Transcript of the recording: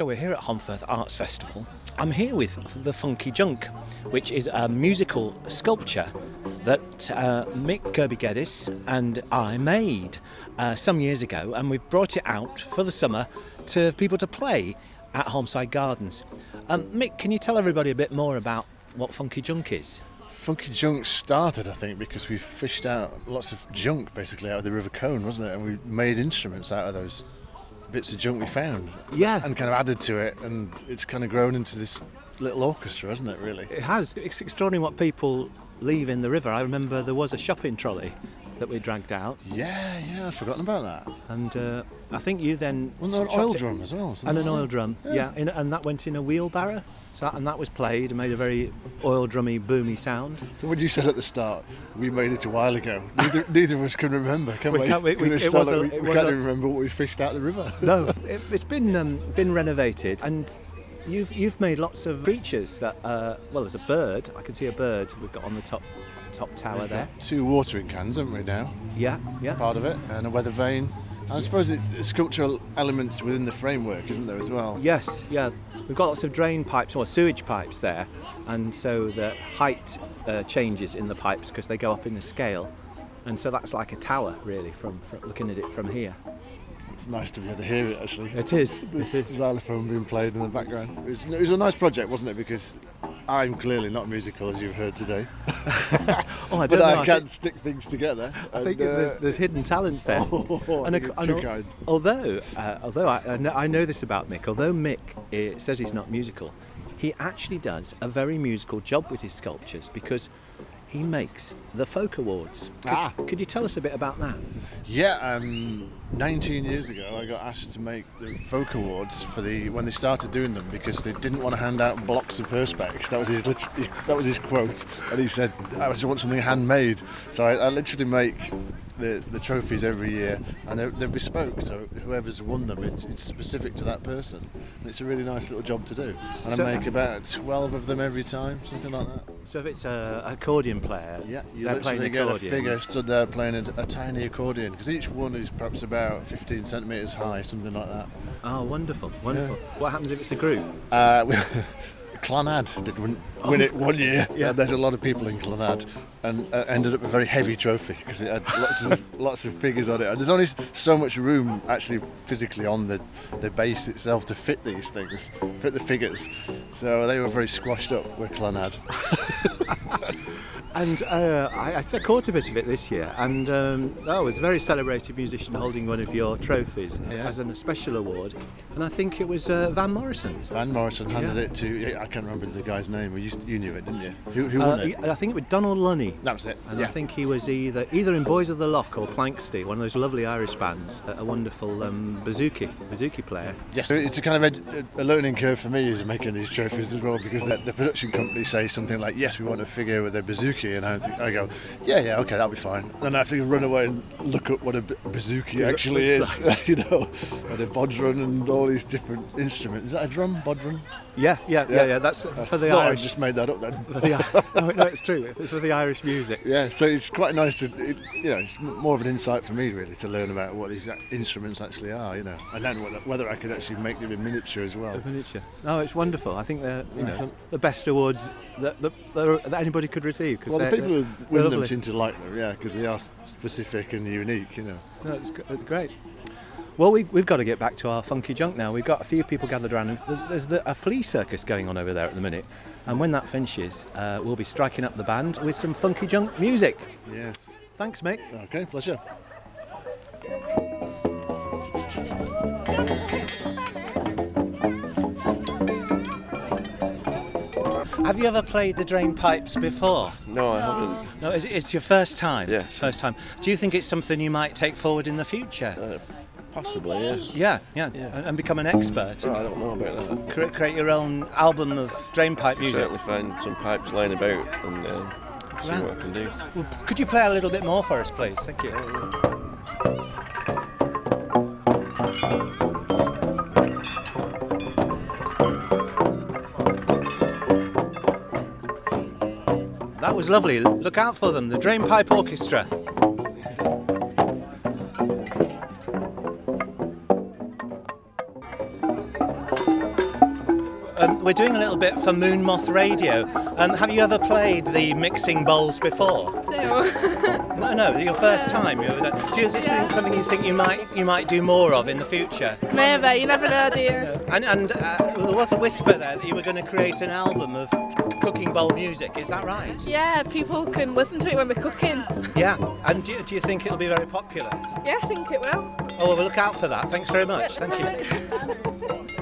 We're here at Honforth Arts Festival. I'm here with The Funky Junk, which is a musical sculpture that uh, Mick Kirby Geddes and I made uh, some years ago, and we've brought it out for the summer to people to play at Homeside Gardens. Um, Mick, can you tell everybody a bit more about what Funky Junk is? Funky Junk started, I think, because we fished out lots of junk basically out of the River Cone, wasn't it? And we made instruments out of those bits of junk we found. Yeah. And kind of added to it, and it's kind of grown into this little orchestra, hasn't it, really? It has. It's extraordinary what people leave in the river. I remember there was a shopping trolley that we dragged out, Yeah, yeah, I'd forgotten about that. and uh, I think you then. Wasn't there an chopped oil it- drum as well? something and an like oil that? drum. Yeah, in, and that went in a wheelbarrow. So and that was played and made a very oil drummy, boomy sound. So what you said at the start, we made it a while ago. Neither, neither of us can remember, can We we? can't- we- we- Because it not was a- like we, it we was can't a- even remember what we fished out of the river. No, it, it's been um, been renovated, and you've you've made lots of creatures that. Uh, well, there's a bird. I can see a bird we've got on the top top tower there. Two watering cans, haven't we now? Yeah, yeah. Part of it, and a weather vane. And I suppose it, it's sculptural elements within the framework, isn't there, as well? Yes, yeah. We've got lots of drain pipes or sewage pipes there, and so the height uh, changes in the pipes because they go up in the scale, and so that's like a tower really from, from looking at it from here. It's nice to be able to hear it, actually. It is. It the is. xylophone being played in the background. It was, it was a nice project, wasn't it? Because I'm clearly not musical, as you've heard today, Oh, I but don't know. I I can think, stick things together. I think and, uh, there's, there's hidden talents there. Oh, And a- you're and too al- kind. Although, uh, although I, I, know, I know this about Mick, although Mick eh, says he's not musical, he actually does a very musical job with his sculptures because he makes the Folk Awards. Could, Ah. could you tell us a bit about that? Yeah, um, 19 years ago, I got asked to make the folk awards for the when they started doing them because they didn't want to hand out blocks of perspex. That was his lit- that was his quote, and he said, "I just want something handmade." So I, I literally make the, the trophies every year, and they're, they're bespoke. So whoever's won them, it's, it's specific to that person. And it's a really nice little job to do, and So- I make about 12 of them every time, something like that. So if it's a accordion player, Yeah, you they're playing literally get a accordion. figure stood there playing a, a tiny accordion because each one is perhaps about 15 centimeters high, something like that. Oh, wonderful, wonderful. What happens if it's a group? Uh, we- Clonad did win, win it one year. Yeah. Yeah. There's a lot of people in Clonad, and uh, ended up a very heavy trophy because it had lots of lots of figures on it. And there's only s- so much room actually physically on the the base itself to fit these things, fit the figures. So they were very squashed up. with Clonad. And uh, I, I caught a bit of it this year, and um, oh, it's a very celebrated musician holding one of your trophies Yeah. as an, a special award, and I think it was uh, Van Morrison. Van Morrison handed Yeah. it to yeah, I can't remember the guy's name. You, you knew it, didn't you? Who, who Uh, won it? I think it was Donald Lunny. That was it. And yeah. I think he was either either in Boys of the Lock or Planksty, one of those lovely Irish bands, a, a wonderful um, bouzouki, bouzouki player. Yes, so it's a kind of ed- a learning curve for me is making these trophies as well because the, the production company says something like, "Yes, we want a figure with a bazooki," and I, think, I go, "Yeah, yeah, okay, that'll be fine." Then I have to run away and look up what a b- bazooki actually looks is, you know, and a bodhran and all these different instruments. Is that a drum, bodhran? Yeah, yeah, yeah, yeah. Yeah. that's I for the thought I Irish. just made that up then. for the, no, no, it's true. It's for the Irish music. Yeah, so it's quite nice to, it, you know, it's m- more of an insight for me really to learn about what these ac- instruments actually are, you know, and then whether, whether I could actually make them in miniature as Mm-hmm. well. Miniature. No, it's wonderful. I think they're you Nice. know, the best awards that, that, that anybody could receive. Cause Well, the they're- people they're- who win they're them lovely. seem to like them, yeah, because they are s- specific and unique, you know. No, it's, g- it's great. Well, we, we've got to get back to our funky junk now. We've got a few people gathered around. And there's there's the, a flea circus going on over there at the minute. And when that finishes, uh, we'll be striking up the band with some funky junk music. Yes. Thanks, Mick. Okay, pleasure. Have you ever played the drain pipes before? No, I haven't. No, is it, it's your first time. Yes. First time. Do you think it's something you might take forward in the future? Possibly, yeah. yeah, Uh, yeah, And, and become an expert. Oh, I don't know about that. Cre- create your own album of drain pipe music. Certainly find some pipes lying about and um, see Right. what I can do. Well, p- could you play a little bit more for us, please? Thank you. That was lovely. L- Look out for them, the Drain Pipe Orchestra. um, we're doing a little bit for Moon Moth Radio. Um, have you ever played the mixing bowls before? No, no, your first time. You've done- Do you, is this something you think you might you might do more of in the future? Maybe, you never know, do you? And, and uh, there was a whisper there that you were going to create an album of cooking bowl music. Is that right? Yeah, people can listen to it when they're cooking. Yeah. And do, do you think it'll be very popular? Yeah, I think it will. Oh, well, look out for that. Thanks very much. Thank you.